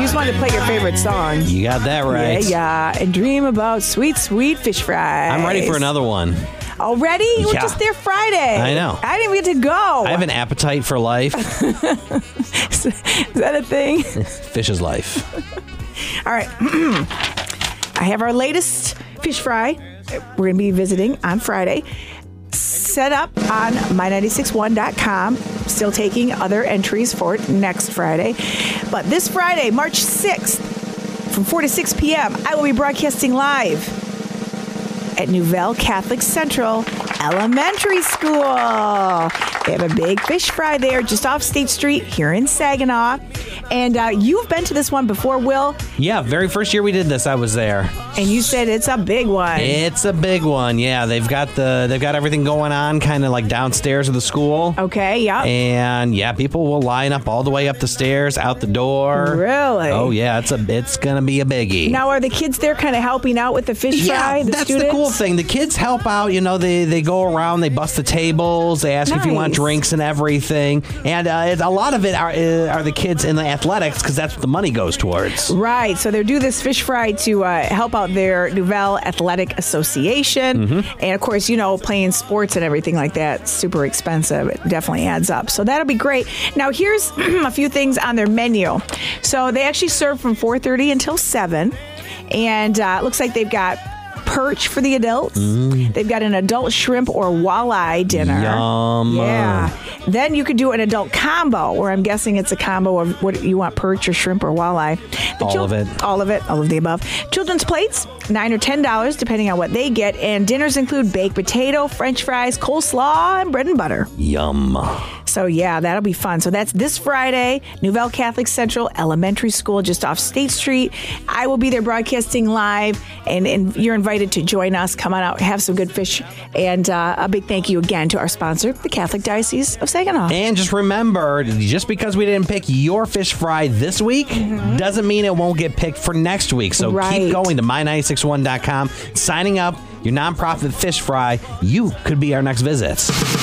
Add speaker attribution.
Speaker 1: just wanted to play your favorite song.
Speaker 2: You got that right.
Speaker 1: Yeah, yeah, and dream about sweet, sweet fish fries.
Speaker 2: I'm ready for another one.
Speaker 1: Already? We're
Speaker 2: Yeah.
Speaker 1: just there Friday.
Speaker 2: I know.
Speaker 1: I didn't even get to go.
Speaker 2: I have an appetite for life.
Speaker 1: Is that a thing?
Speaker 2: Fish is life.
Speaker 1: All right. I have our latest fish fry. We're going to be visiting on Friday. Set up on my961.com. Still taking other entries for it next Friday. But this Friday, March 6th, from 4 to 6 p.m., I will be broadcasting live at Nouvelle Catholic Central Elementary School. They have a big fish fry there just off State Street here in Saginaw. And uh, you've been to this one before, Will,
Speaker 2: Yeah, very first year we did this, I was there.
Speaker 1: and you said it's a big one.
Speaker 2: It's a big one. Yeah, they've got the they've got everything going on, kind of like downstairs of the school.
Speaker 1: okay, yeah.
Speaker 2: And yeah, people will line up all the way up the stairs, out the door.
Speaker 1: Really?
Speaker 2: Oh yeah, it's a it's gonna be a biggie.
Speaker 1: now, are the kids there kind of helping out with the fish
Speaker 2: yeah,
Speaker 1: fry? The
Speaker 2: that's
Speaker 1: students?
Speaker 2: the cool thing. The kids help out. You know, they they go around, they bust the tables, they ask if you want
Speaker 1: Nice.
Speaker 2: drinks and everything. And uh, it's, a lot of it are uh, are the kids in the athletics because that's what the money goes towards.
Speaker 1: Right. So they do this fish fry to uh, help out their Nouvelle Athletic Association. And of course, you know, playing sports and everything like that, super expensive. It definitely adds up. So that'll be great. Now, here's a few things on their menu. So they actually serve from 4.30 until 7. And uh, it looks like they've got perch for the adults. They've got an adult shrimp or walleye dinner.
Speaker 2: Yum.
Speaker 1: Yeah. Then you could do an adult combo, where I'm guessing it's a combo of what you want perch or shrimp or walleye. The
Speaker 2: All
Speaker 1: chil-
Speaker 2: of it.
Speaker 1: All of it. All of the above. Children's plates, nine or ten dollars, depending on what they get. And dinners include baked potato, French fries, coleslaw, and bread and butter.
Speaker 2: Yum.
Speaker 1: So yeah, that'll be fun. So that's this Friday, Nouvelle Catholic Central Elementary School, just off State Street. I will be there broadcasting live, and, and you're invited to join us. Come on out, have some good fish, and uh, a big thank you again to our sponsor, the Catholic Diocese of Saginaw.
Speaker 2: And just remember, just because we didn't pick your fish fry this week doesn't mean it won't get picked for next week. So
Speaker 1: Mm-hmm. Right.
Speaker 2: keep going to my961.com, signing up your nonprofit fish fry. You could be our next visit.